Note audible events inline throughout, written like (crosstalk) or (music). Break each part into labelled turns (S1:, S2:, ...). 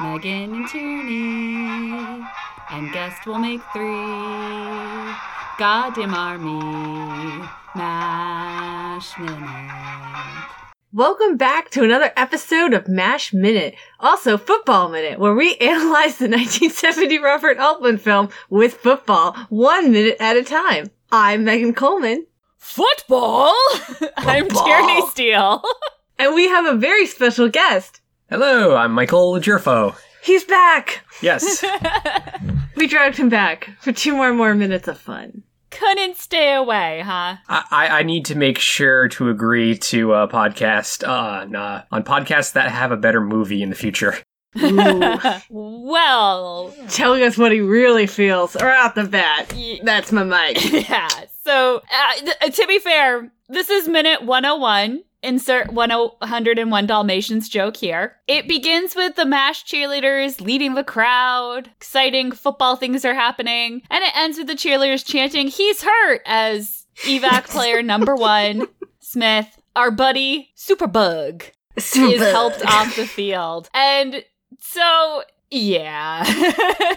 S1: Megan and Tierney, and guest will make three. Goddamn army, mash minute.
S2: Welcome back to another episode of MASH Minute, also Football Minute, where we analyze the (laughs) 1970 Robert Altman film with football, one minute at a time. I'm Megan Coleman,
S3: Football? (laughs) I'm Tierney Steele. (laughs)
S2: and we have a very special guest.
S4: Hello, I'm Michael Jerfo.
S2: He's back!
S4: Yes,
S2: We dragged him back for two more more minutes of fun.
S3: Couldn't stay away, huh?
S4: I, I I need to make sure to agree to a podcast on uh, on podcasts that have a better movie in the future.
S2: Ooh.
S3: Well, (laughs)
S2: Telling us what he really feels right off the bat.
S3: Ye-
S2: That's my mic.
S3: yeah. So, uh, th- to be fair, this is minute 101. Insert 101 Dalmatians joke here. It begins with the MASH cheerleaders leading the crowd. Exciting football things are happening. And it ends with the cheerleaders chanting, He's hurt, as evac player number one, Smith, our buddy, Superbug, is helped off the (laughs) field. And so, yeah.
S2: (laughs)
S3: (laughs)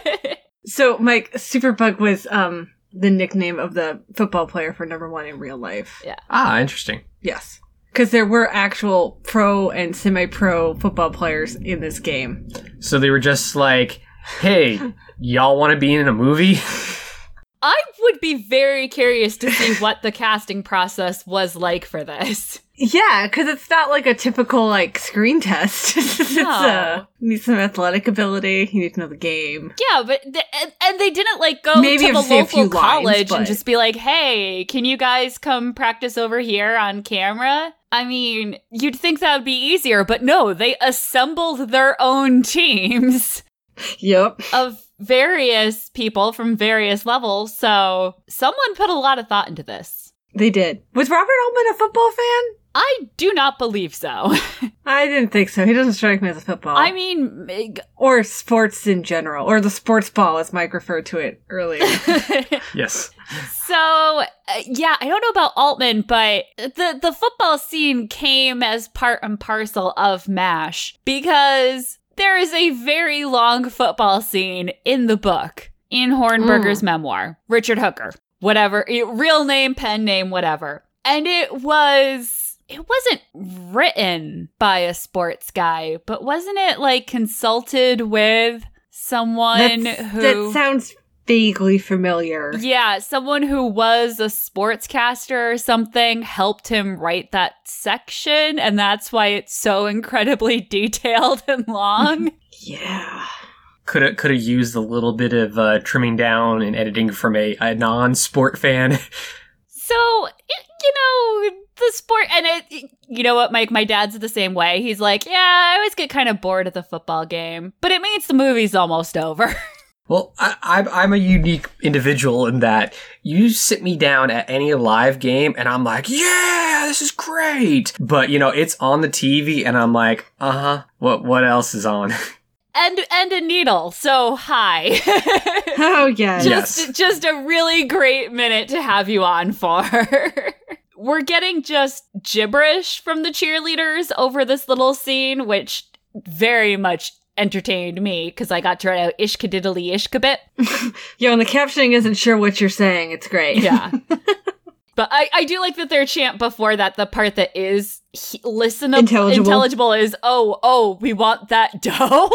S2: So, Mike, Superbug was um, the nickname of the football player for number one in real life.
S4: Ah, interesting.
S2: Yes. Because there were actual pro and semi pro football players in this game.
S4: So they were just like, "Hey, y'all want to be in a movie?" (laughs)
S3: I would be very curious to see what the casting process was like for this.
S2: Yeah, because it's not like a typical like screen test. (laughs) it's uh,
S3: No.
S2: you need some athletic ability. You need to know the game.
S3: Yeah, but th- and, and they didn't like go
S2: Maybe
S3: to
S2: I've
S3: the
S2: seen a few
S3: local
S2: lines,
S3: college
S2: but-
S3: and just be like, "Hey, can you guys come practice over here on camera?" I mean, you'd think that would be easier, but no, they assembled their own teams
S2: Yep.
S3: of various people from various levels. So, someone put a lot of thought into this.
S2: They did. Was Robert Altman a football fan?
S3: I do not believe so.
S2: I didn't think so. He doesn't strike me as a football.
S3: I mean, eh, (laughs)
S2: or sports in general, or the sports ball, as Mike referred to it earlier.
S3: (laughs) g-
S4: Yes.
S3: So uh, yeah, I don't know about Altman, but the the football scene came as part and parcel of Mash because there is a very long football scene in the book in
S2: Mm.
S3: Hornberger's memoir, Richard Hooker, whatever eh, real name, pen name, whatever, and it was. It wasn't written by a sports guy, but wasn't it like consulted with someone
S2: That's-
S3: who
S2: That sounds vaguely familiar.
S3: yeah, someone who was a sportscaster or something helped him write that section, and that's why it's so incredibly (laughs) detailed and long.
S2: Yeah. (laughs)
S4: Could have could have used a little bit of uh, trimming down and editing from a, a non sport fan.
S3: so, it- you know, the sport, and it, you know what, Mike? My dad's the same way. He's like, yeah, I always get kind of bored of the football game, but it means the movie's almost over. (laughs)
S4: Well, I, I'm I'm a unique individual in that you sit me down at any live game and I'm like, yeah, this is great. But you know, it's on the TV and I'm like, uh huh. What what else is on? (laughs)
S3: and and a needle. So, hi. (laughs)
S2: Oh, yeah.
S4: Yeah.
S3: just
S4: Yes.
S3: just a really great minute to have you on for. (laughs) We're getting just gibberish from the cheerleaders over this little scene, which very much entertained me because I got to write out ishka diddly ishka bit.
S2: Yo, and the captioning isn't sure what you're saying. It's great. (laughs)
S3: Yeah. But I, I do like that their chant before that, the part that is he- listenable,
S2: Intelligible.
S3: intelligible is, oh, oh, we want that (laughs) dough.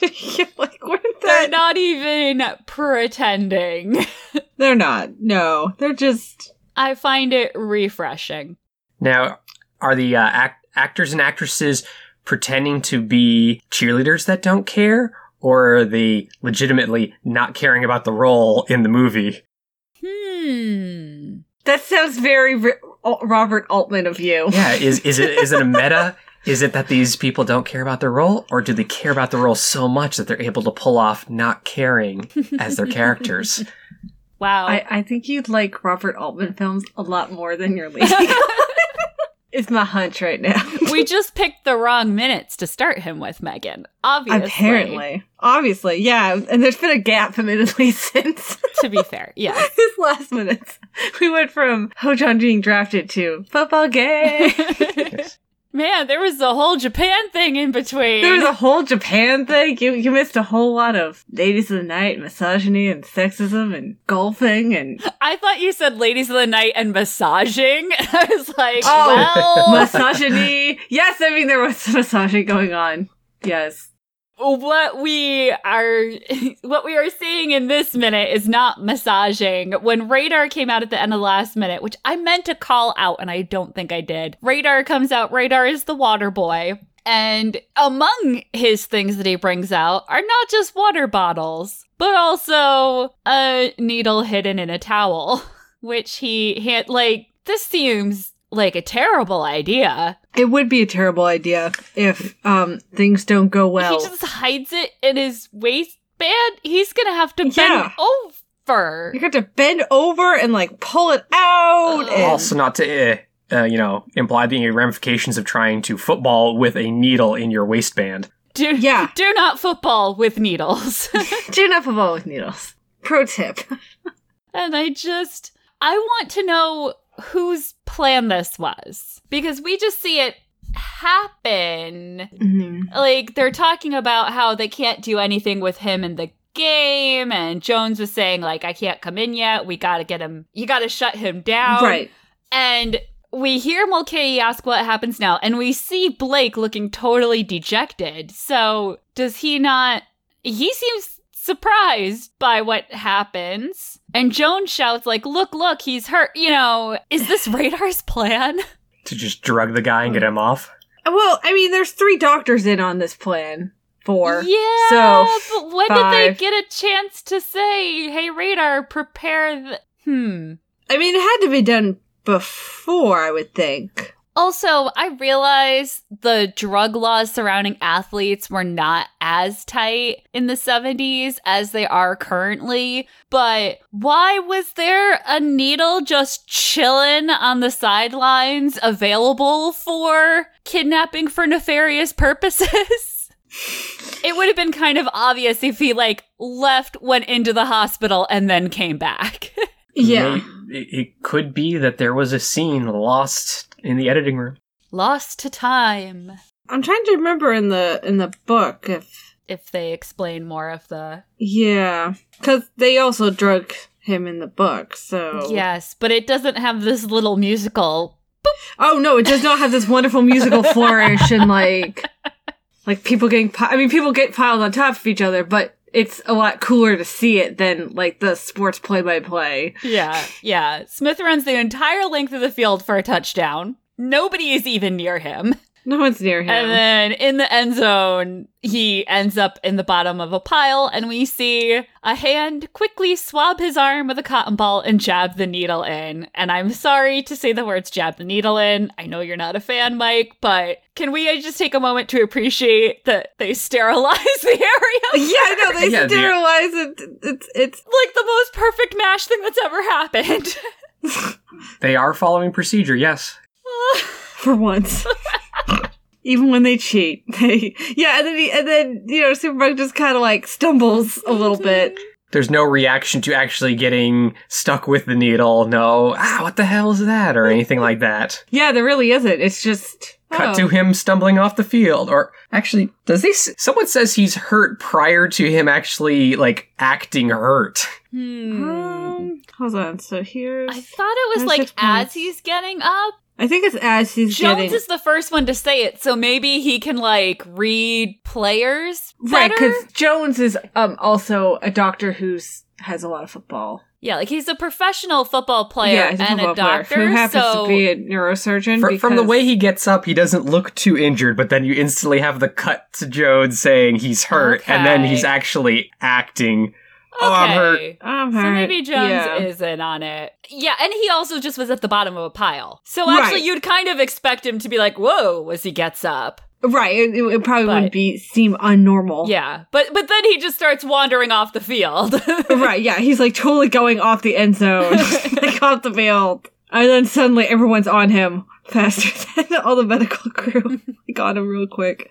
S2: Yeah, like, what is
S3: They're
S2: (laughs) that?
S3: not even pretending.
S2: They're not. No, they're just.
S3: I find it refreshing.
S4: Now, are the uh, act- actors and actresses pretending to be cheerleaders that don't care, or are they legitimately not caring about the role in the movie?
S3: Hmm.
S2: That sounds very R- Robert Altman of you.
S4: Yeah, is is it is it a meta? Is it that these people don't care about their role, or do they care about the role so much that they're able to pull off not caring as their characters?
S3: Wow.
S2: I, (laughs) I think you'd like Robert Altman films a lot more than your lady. it's my hunch right now.
S3: we just picked the wrong minutes to start him with, Megan. Obviously.
S2: Apparently. Obviously, yeah. And there's been a gap admittedly (laughs) since
S3: To be fair.
S2: (laughs)
S3: Yeah.
S2: his last minutes. We went from Ho John being drafted to football gay.
S3: Man, there was the whole Japan thing in between.
S2: there was a whole Japan thing. You you missed a whole lot of ladies of the night, misogyny and sexism and golfing and
S3: I thought you said ladies of the night and massaging. (laughs) I was like,
S2: Oh.
S3: well,
S2: misogyny. Yes, I mean there was some misogyny going on. Yes.
S3: what we are (laughs) what we are seeing in this minute is not massaging when radar came out at the end of the last minute which i meant to call out and i don't think i did radar comes out radar is the water boy and among his things that he brings out are not just water bottles but also a needle hidden in a towel (laughs) which he had like this seems like a terrible idea
S2: It would be a terrible idea if um things don't go well.
S3: he just hides it in his waistband, he's gonna have to bend
S2: Yeah.
S3: over.
S2: you have to bend over and like pull it out. and-
S4: also, not to uh, uh, you know imply the ramifications of trying to football with a needle in your waistband.
S3: Do,
S2: Yeah. (laughs)
S3: do not football with needles. (laughs)
S2: do not football with needles. Pro tip.
S3: and I just, I want to know whose plan this was because we just see it happen.
S2: Mm-hmm.
S3: Like they're talking about how they can't do anything with him in the game, and Jones was saying like, I can't come in yet. We gotta get him. You gotta shut him down.
S2: Right.
S3: And we hear Mulcahy ask what happens now, and we see Blake looking totally dejected. So does he not? He seems surprised by what happens. And Joan shouts, like, look, look, he's hurt. You know, is this Radar's plan?
S4: To just drug the guy and get him off.
S2: Well, I mean, there's three doctors in on this plan. Four.
S3: yeah.
S2: So,
S3: but when did they
S2: five.
S3: get a chance to say, hey, Radar, prepare the. Hmm.
S2: I mean, it had to be done before, I would think.
S3: Also, I realize the drug laws surrounding athletes were not as tight in the 70s as they are currently, but why was there a needle just chilling on the sidelines available for kidnapping for nefarious purposes? (laughs) it would have been kind of obvious if he like left, went into the hospital and then came back. (laughs)
S2: Yeah.
S4: May- it, it could be that there was a scene lost in the editing room.
S3: Lost to time.
S2: I'm trying to remember in the in the book if
S3: If they explain more of the
S2: yeah, because they also drug him in the book. So
S3: Yes, but it doesn't have this little musical.
S2: Oh no, it does not have this wonderful
S3: (laughs)
S2: musical flourish and like like people getting pi- I mean people get piled on top of each other, but it's a lot cooler to see it than like the sports play by play.
S3: Yeah, yeah. Smith runs the entire length of the field for a touchdown. Nobody is even near him.
S2: No one's near him.
S3: And then in the end zone, he ends up in the bottom of a pile, and we see a hand quickly swab his arm with a cotton ball and jab the needle in. And I'm sorry to say the words jab the needle in. I know you're not a fan, Mike, but can we just take a moment to appreciate that they sterilize (laughs) the area?
S2: yeah, no, they
S4: Yeah, the-
S2: sterilize it. It's it's
S3: like the most perfect mash thing that's ever happened. (laughs)
S4: They are following procedure, yes.
S2: for
S3: (laughs)
S2: once. Even when they cheat, (laughs) they yeah, and then he, and then you know Superbug just kind of like stumbles a little bit.
S4: There's no reaction to actually getting stuck with the needle. No, ah, what the hell is that? Or anything like that.
S2: Yeah, there really isn't. It's just
S4: Cut
S2: oh.
S4: to him stumbling off the field. Or actually, does this? Someone says he's hurt prior to him actually, like, acting hurt.
S2: Um, hold on. So here's
S3: I thought it was
S2: There's
S3: like
S2: six
S3: as
S2: points.
S3: he's getting up.
S2: I think it's as he's
S3: Jones
S2: getting
S3: is the first one to say it, so maybe he can like read players
S2: right
S3: better.
S2: because Jones is um also a doctor who's has a lot of football.
S3: yeah, like he's a professional football player
S2: he's
S3: and a
S2: football player
S3: doctor.
S2: who happens
S3: so
S2: to be a neurosurgeon.
S4: Fr- From the
S2: because-
S4: way he gets up, he doesn't look too injured, but then you instantly have the cut to Jones saying he's hurt, and then
S3: Okay.
S4: he's actually acting Oh, I'm hurt.
S2: I'm
S3: So
S2: hurt.
S3: maybe Jones
S2: Yeah.
S3: isn't on it. Yeah, and he also just was at the bottom of a pile. So
S2: Right.
S3: actually, you'd kind of expect him to be like, "Whoa!" as he gets up.
S2: Right. It, it- it probably
S3: But-
S2: would be seem unnormal.
S3: Yeah, but but then he just starts wandering off the field.
S2: (laughs)
S3: (laughs)
S2: Right. Yeah. He's like totally going off the end zone, like off the field, and then suddenly everyone's on him faster (laughs) than all the medical crew. (laughs) like on him real quick.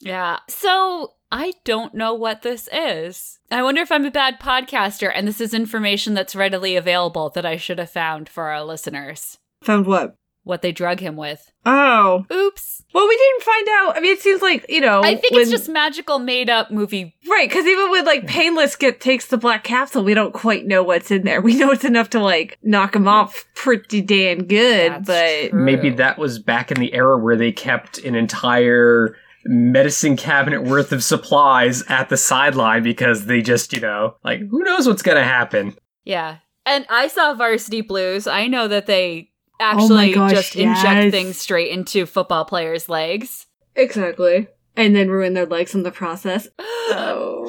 S3: yeah. So I don't know what this is. I wonder if I'm a bad podcaster, and this is information that's readily available that I should have found for our listeners.
S2: Found what?
S3: What they drug him with.
S2: Oh.
S3: Oops.
S2: Well, we didn't find out. I mean, it seems like you know.
S3: I think
S2: Oh, when-
S3: it's just magical made up movie.
S2: right because even when like painless get takes the black capsule, we don't quite know what's in there. (laughs) We know it's enough to like knock him off pretty damn good,
S3: That's
S2: but
S3: true.
S4: Maybe that was back in the era where they kept an entire medicine cabinet worth of supplies at the sideline because they just, you know, like who knows what's going to happen.
S3: Yeah. And I saw Varsity Blues. I know that they
S2: Oh my
S3: actually
S2: gosh,
S3: just
S2: yes.
S3: inject things straight into football players' legs. (gasps)
S2: exactly. And then ruin their legs in the process. Oh.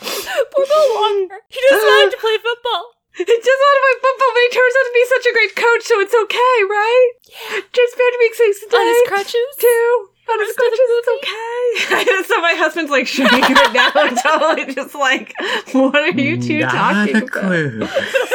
S3: Poor Bill
S2: (laughs)
S3: Walker. He just wanted to play football.
S2: He just wanted my football, but he turns out to be such a great coach, so it's okay, right? Yeah. Just bad being six
S3: On his crutches.
S2: Too. On his crutches, it's okay. (laughs) so my husband's like shaking (laughs) right now. I'm totally just like, (laughs) what are you two
S4: Not
S2: talking
S4: a
S2: about?
S4: clue.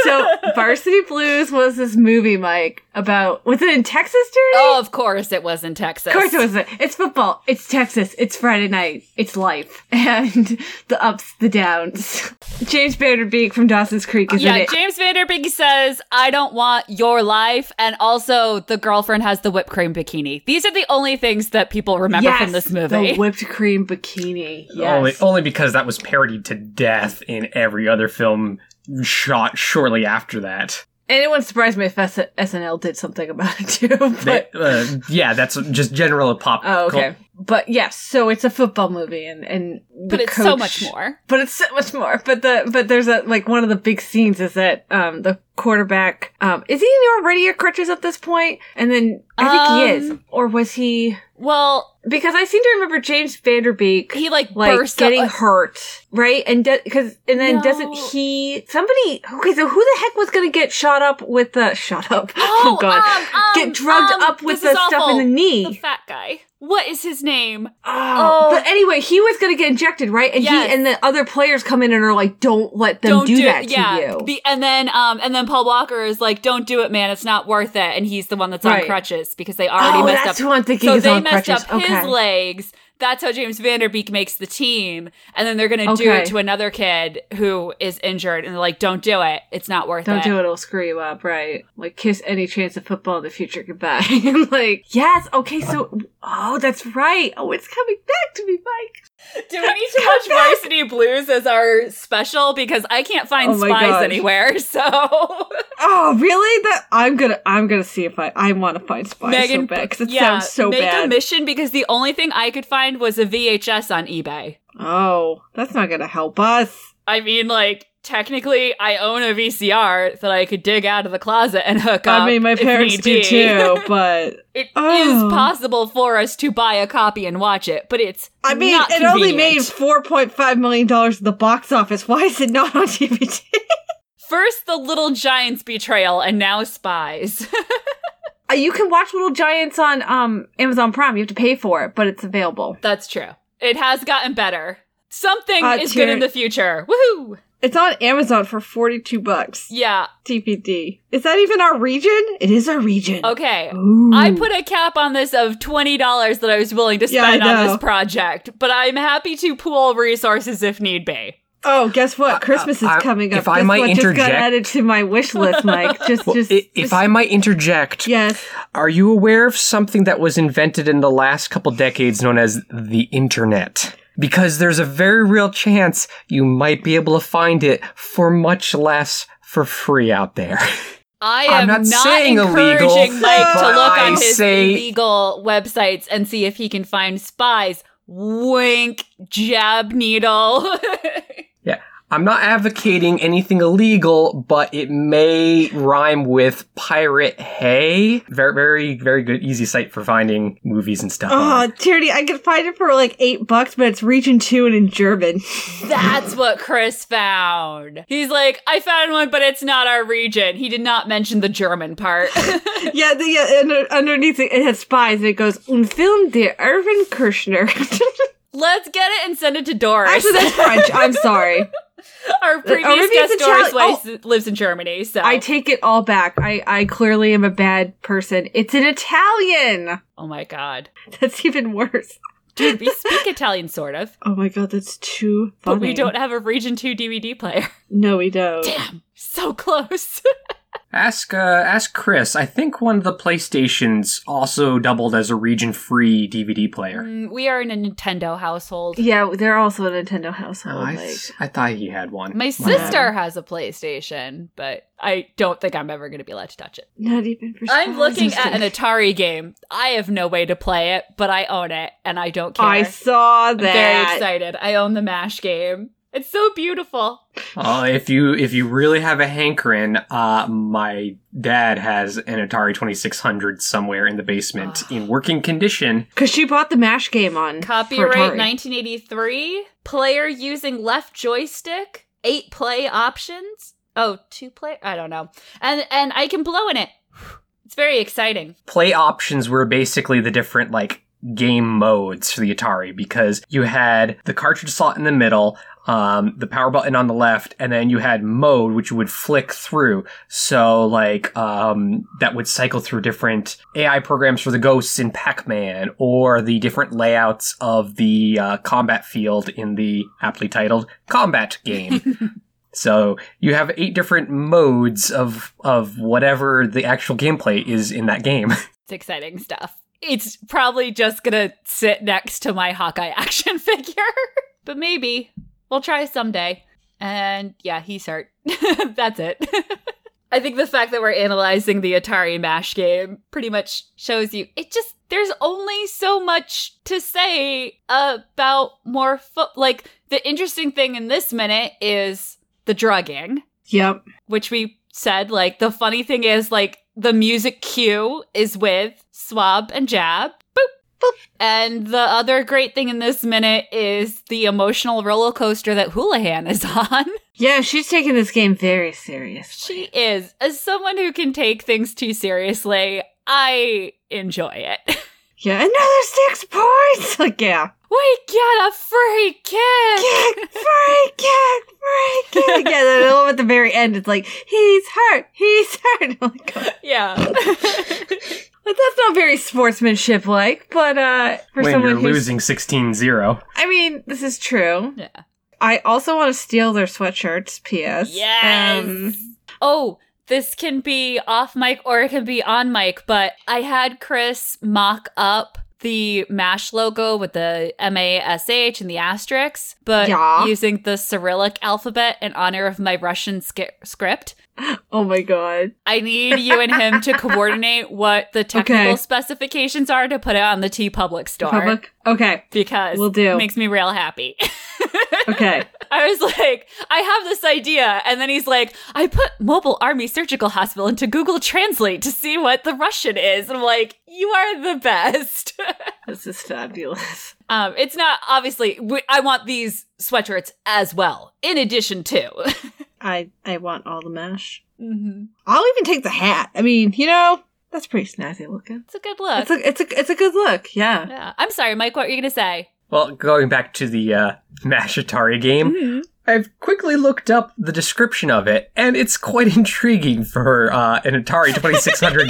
S2: So Varsity Blues was this movie, Mike, about was it in Texas, Jerry?
S3: Oh, of course it was in Texas.
S2: Of course it wasn't. It's football. It's Texas. It's Friday night. It's life. (laughs) And the ups, the downs. James Baird being from Dawson's Creek is in
S3: Oh, Yeah,
S2: it.
S3: James Vanderbeek says, I don't want your life. And also, the girlfriend has the whipped cream bikini. These are the only things that people remember from this movie. (laughs)
S2: The whipped cream bikini. (laughs)
S4: Only,
S2: Yes.
S4: only because that was parodied to death in every other film shot shortly after that.
S2: And it wouldn't surprise me if S- SNL did something about it too. (laughs)
S4: They-
S2: But
S4: uh, yeah, that's just general pop.
S2: oh, okay.
S4: cul-
S2: But yes, so it's a football movie, and and
S3: but
S2: the
S3: it's so
S2: coach-
S3: much more.
S2: But it's so much more. But the but there's a like one of the big scenes is that um the quarterback um is he already a crutches at this point? And then I think he is,
S3: Um,
S2: or was he?
S3: Well,
S2: Because I seem to remember James Vanderbeek.
S3: he like,
S2: like
S3: bursts
S2: getting
S3: out-
S2: hurt, right? And because and then doesn't
S3: No.
S2: he somebody? Okay, so who the heck was gonna get shot up with the shot up?
S3: (gasps) Oh,
S2: (laughs)
S3: um, um,
S2: get drugged
S3: um,
S2: up with
S3: this
S2: the
S3: is
S2: stuff in
S3: awful.
S2: the knee.
S3: the fat guy. What is his name?
S2: Oh.
S3: Oh.
S2: But anyway, he was gonna get injected, right? And
S3: Yes.
S2: he and the other players come in and are like, "Don't let them do that
S3: it.
S2: to
S3: yeah.
S2: you."
S3: Be- and then um and then Paul Walker is like, Don't do it, man, it's not worth it. And he's the one that's on
S2: Right.
S3: crutches because they already
S2: oh,
S3: messed
S2: that's
S3: up.
S2: who I'm thinking
S3: so
S2: is
S3: they
S2: on
S3: messed
S2: crutches.
S3: up
S2: okay.
S3: his legs. That's how James Vanderbeek makes the team. And then they're gonna do
S2: Okay.
S3: it to another kid who is injured and they're like, Don't do it. It's not worth
S2: Don't
S3: it.
S2: do
S3: (laughs)
S2: it, it'll screw you up, right? Like, kiss any chance of football in the future goodbye. (laughs) And like, yes, okay, so, oh, that's right. Oh, it's coming back to me, Mike.
S3: Do we need to
S2: (laughs)
S3: watch Varsity Blues as our special? Because I can't find
S2: Oh my
S3: spies
S2: gosh.
S3: anywhere. (laughs) So
S2: Oh, really? That I'm gonna I'm gonna see if I I want to find spies so bad because it sounds so
S3: make a
S2: bad.
S3: mission because the only thing I could find was a VHS on eBay.
S2: oh, that's not gonna help us.
S3: I mean, like technically, I own a VCR that I could dig out of the closet and hook up.
S2: I mean, my
S3: if
S2: parents
S3: need
S2: do
S3: be.
S2: too, but
S3: (laughs) It is
S2: Oh.
S3: possible for us to buy a copy and watch it, but it's
S2: I mean, it
S3: not
S2: only made
S3: convenient.
S2: four point five million dollars at the box office. Why is it not on DVD?
S3: first the Little Giants betrayal and now Spies. (laughs)
S2: Uh, you can watch Little Giants on um Amazon Prime. You have to pay for it, but it's available.
S3: That's true. It has gotten better. Something
S2: Uh,
S3: is good
S2: Jer-
S3: in the future. Woohoo!
S2: It's on Amazon for forty two bucks.
S3: Yeah.
S2: TPD. Is that even our region? It is our region.
S3: Okay.
S2: Ooh.
S3: I put a cap on this of twenty dollars that I was willing to
S2: Yeah, I
S3: spend on
S2: know.
S3: this project, but I'm happy to pool resources if need be.
S2: Oh, guess what? Christmas
S4: uh, I-
S2: is coming up.
S4: if I
S2: Guess
S4: might
S2: what just got
S4: interject-
S2: added to my wish list, (laughs) Mike. Just,
S4: Well,
S2: just,
S4: i- if
S2: just-
S4: I might interject,
S2: yes.
S4: are you aware of something that was invented in the last couple decades known as the internet? Because there's a very real chance you might be able to find it for much less for free out there. (laughs)
S3: I am
S4: I'm
S3: not,
S4: not saying
S3: encouraging
S4: illegal,
S3: Mike to
S4: but
S3: look on
S4: I
S3: his
S4: say-
S3: illegal websites and see if he can find spies. Wink, jab needle. (laughs)
S4: Yeah, I'm not advocating anything illegal, but it may rhyme with pirate hay. Very, very, very good, easy site for finding movies and stuff.
S2: Oh, Tierney, I could find it for like eight bucks, but it's region two and in German.
S3: That's what Chris found. He's like, I found one, but it's not our region. He did not mention the German part. (laughs)
S2: yeah, the, yeah and uh, underneath it, it has spies, and it goes, Un film de Irvin (laughs) Kirschner.
S3: Let's get it and send it to Doris.
S2: Actually, that's
S3: (laughs)
S2: French. I'm sorry.
S3: Our previous
S2: maybe it's
S3: guest, Doris
S2: Italian-
S3: Weiss, lives in Germany. So,
S2: I take it all back. I, I clearly am a bad person. It's in Italian. (laughs)
S3: oh my god,
S2: That's even worse.
S3: dude, we speak Italian sort of,
S2: Oh my god, that's too funny.
S3: but we don't have a Region Two DVD player. (laughs)
S2: No, we don't.
S3: Damn, so close.
S4: Ask, uh, ask Chris. I think one of the PlayStations also doubled as a region-free DVD player.
S3: Mm, we are in a Nintendo household.
S2: Yeah, they're also a Nintendo
S4: Oh,
S2: household.
S4: I,
S2: like.
S4: I thought he had one.
S3: My sister has a PlayStation, but I don't think I'm ever going to be allowed to touch it.
S2: Not even for
S3: I'm looking
S2: sponsors.
S3: at an Atari game. I have no way to play it, but I own it and I don't care.
S2: I saw
S3: I'm very
S2: that.
S3: excited. I own the MASH game. It's so beautiful.
S4: Uh, if you if you really have a hankering, uh, my dad has an Atari 2600 somewhere in
S3: (sighs)
S4: the basement
S3: Ah.
S4: in working condition.
S2: Because she bought the MASH game on. for
S3: Copyright
S2: Atari.
S3: 1983. Player using left joystick. Eight play options. Oh, two play. I don't know. And and I can blow in it. (sighs) It's very exciting.
S4: Play options were basically the different like game modes for the Atari because you had the cartridge slot in the middle, um, the power button on the left, and then you had mode which you would flick through. So like um, that would cycle through different AI programs for the ghosts in Pac-Man or the different layouts of the uh, combat field in the aptly titled combat game. so you have eight different modes of of whatever the actual gameplay is in that game.
S3: It's exciting stuff. It's probably just gonna sit next to my Hawkeye (laughs) action figure, but maybe we'll try someday. And yeah, he's hurt. (laughs) That's it. (laughs) I think the fact that we're analyzing the Atari MASH game pretty much shows you it just there's only so much to say about more foot. Like the interesting thing in this minute is the drugging
S2: Yep.
S3: which we said like the funny thing is like the music cue is with swab and jab boop boop and the other great thing in this minute is the emotional roller coaster that Houlihan is (laughs) on
S2: Yeah, she's taking this game very serious.
S3: she is as someone who can take things too seriously i enjoy it (laughs)
S2: Yeah, another six points. (laughs) Like, yeah,
S3: we get a free kick
S2: kick, free kick, free kick. Yeah, the little at the very end, it's like he's hurt, he's hurt. (laughs) I'm like, "Oh."
S3: (laughs) yeah (laughs)
S2: but that's not very sportsmanship like. But uh, for
S4: when
S2: someone
S4: you're
S2: who's,
S4: losing 16-0.
S2: I mean, this is true.
S3: Yeah.
S2: I also want to steal their sweatshirts. Um, P.S.
S3: Yes. oh, this can be off mic or it can be on mic, but I had Chris mock up the MASH logo with the M A S H and the asterisk, but
S2: Yeah.
S3: using the Cyrillic alphabet in honor of my Russian sca- script.
S2: oh my god.
S3: I need you and him
S2: (laughs)
S3: to coordinate what the technical
S2: Okay.
S3: specifications are to put it on the T Public store
S2: Public. Okay.
S3: because
S2: Will do.
S3: it makes me real happy. (laughs)
S2: Okay. (laughs)
S3: I was like, I have this idea. And then he's like, I put Mobile Army Surgical Hospital into Google Translate to see what the Russian is. And I'm like, you are the best. (laughs)
S2: this is fabulous.
S3: um, it's not, obviously, w- I want these sweatshirts as well, in addition to.
S2: I I want all the mesh.
S3: hmm
S2: I'll even take the hat. I mean, you know, that's pretty snazzy looking.
S3: It's a good look.
S2: It's a it's a it's a good look. Yeah.
S3: yeah. I'm sorry, Mike, what were you going to say?
S4: Well, going back to the uh, MASH Atari game,
S2: Mm-hmm.
S4: I've quickly looked up the description of it, and it's quite (laughs) intriguing for uh, an Atari 2600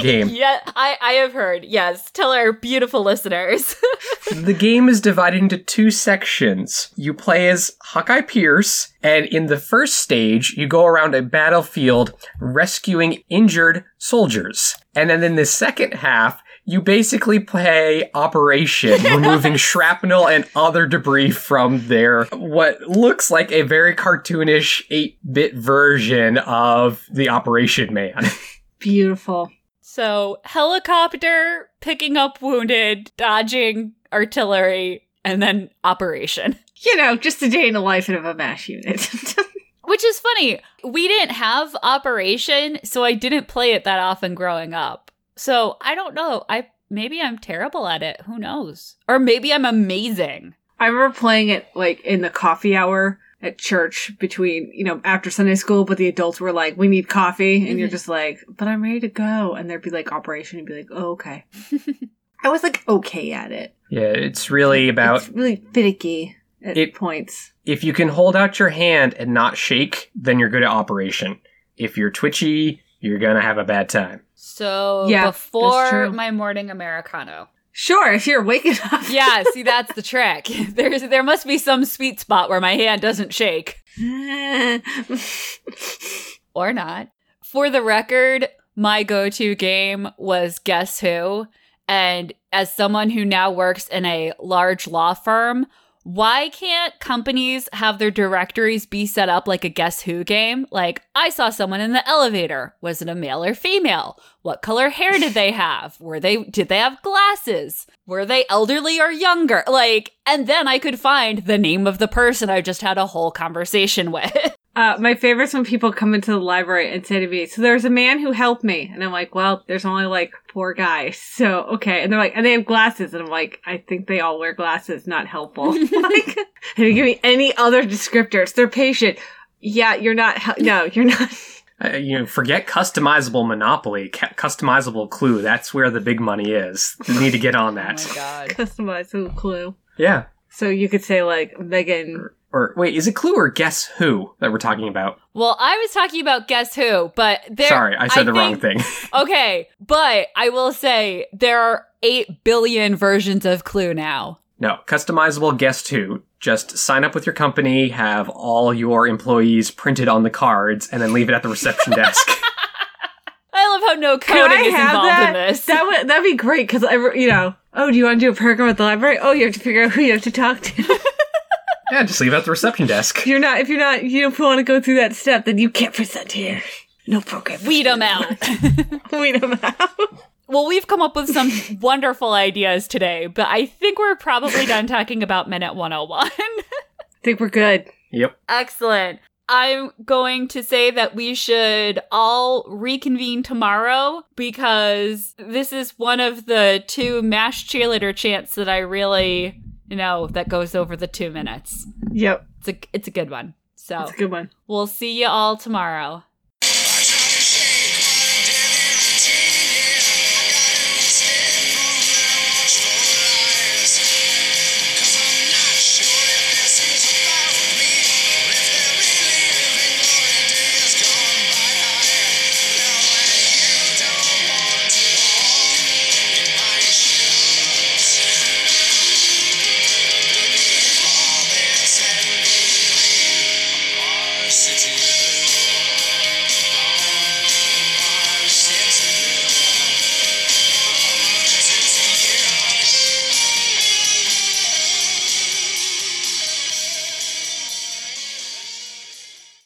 S2: (laughs)
S4: game.
S3: Yeah, I, I have heard. Yes. Tell our beautiful listeners. (laughs)
S4: The game is divided into two sections. You play as Hawkeye Pierce, and in the first stage, you go around a battlefield rescuing injured soldiers. And then in the second half, you basically play Operation, removing shrapnel and other debris from their what looks like a very cartoonish 8 bit version of the Operation Man. (laughs)
S2: Beautiful.
S3: So, helicopter, picking up wounded, dodging artillery, and then operation.
S2: You know, just a day in the life of a mash unit. (laughs)
S3: Which is funny. We didn't have Operation, so I didn't play it that often growing up. So I don't know. I maybe I'm terrible at it. Who knows? Or maybe I'm amazing.
S2: I remember playing it like in the coffee hour at church between, you know, after Sunday school, but the adults were like, we need coffee. And you're
S3: Mhm.
S2: just like, but I'm ready to go. And there'd be like operation. You'd be like, oh, okay. I was like, okay at it.
S4: Yeah, it's really about
S2: It's really finicky at
S4: It-
S2: points.
S4: if you can hold out your hand and not shake, then you're good at operation. If you're twitchy, you're gonna have a bad time.
S3: So
S2: Yeah, that's
S3: before
S2: true.
S3: my morning Americano.
S2: Sure, if you're waking up. (laughs)
S3: Yeah, (laughs) see that's the trick. (laughs) There's there must be some sweet spot where my hand doesn't shake. Or not. For the record, my go-to game was Guess Who. And as someone who now works in a large law firm, why can't companies have their directories be set up like a guess who game? Like, I saw someone in the elevator. Was it a male or female? What color hair did they have? Were they did they have glasses? Were they elderly or younger? Like, and then I could find the name of the person I just had a whole conversation with.
S2: Uh, my favorite's when people come into the library and say to me, "So there's a man who helped me," and I'm like, "Well, there's only like four guys, (laughs) so okay." And they're like, "And they have glasses," and I'm like, "I think they all wear glasses. Not (laughs) helpful." like, and you give me any other descriptors. They're patient. Yeah, you're not. Hel- no, (laughs) you're not.
S4: Uh, you know, forget customizable Monopoly, ca- customizable Clue. That's where the big money is. You need to
S3: (laughs)
S4: get on that.
S3: Oh god.
S2: Customize a clue.
S4: yeah.
S2: So you could say like Megan.
S4: Or wait, is it Clue or Guess Who that we're talking about?
S3: Well, I was talking about guess who, but there
S4: Sorry, I said the wrong
S3: think-
S4: thing. (laughs)
S3: Okay, but I will say there are 8 billion versions of Clue now.
S4: No, customizable guest who. Just sign up with your company, have all your employees printed on the cards, and then leave it at the reception
S3: (laughs)
S4: desk.
S3: I love how no
S2: Could I
S3: coding is
S2: have
S3: involved
S2: that?
S3: in this.
S2: That would that'd be great because I re- you know. Oh, do you want to do a program at the library? Oh, you have to figure out who you have to talk to.
S4: yeah, just leave it at the reception desk.
S2: If you're not, if you're not, you don't want to go through that step, then you can't present here. No program.
S3: Weed them out.
S2: (laughs) Wait a minute.
S3: well, we've come up with some (laughs) wonderful ideas today, but I think we're probably done talking about Minute 101.
S2: think we're good.
S4: Yep.
S3: Excellent. I'm going to say that we should all reconvene tomorrow because this is one of the two MASH cheerleader chants that I really, you know, that goes over the two minutes.
S2: Yep,
S3: It's a, it's a good one. So
S2: that's a good one.
S3: we'll see you all tomorrow.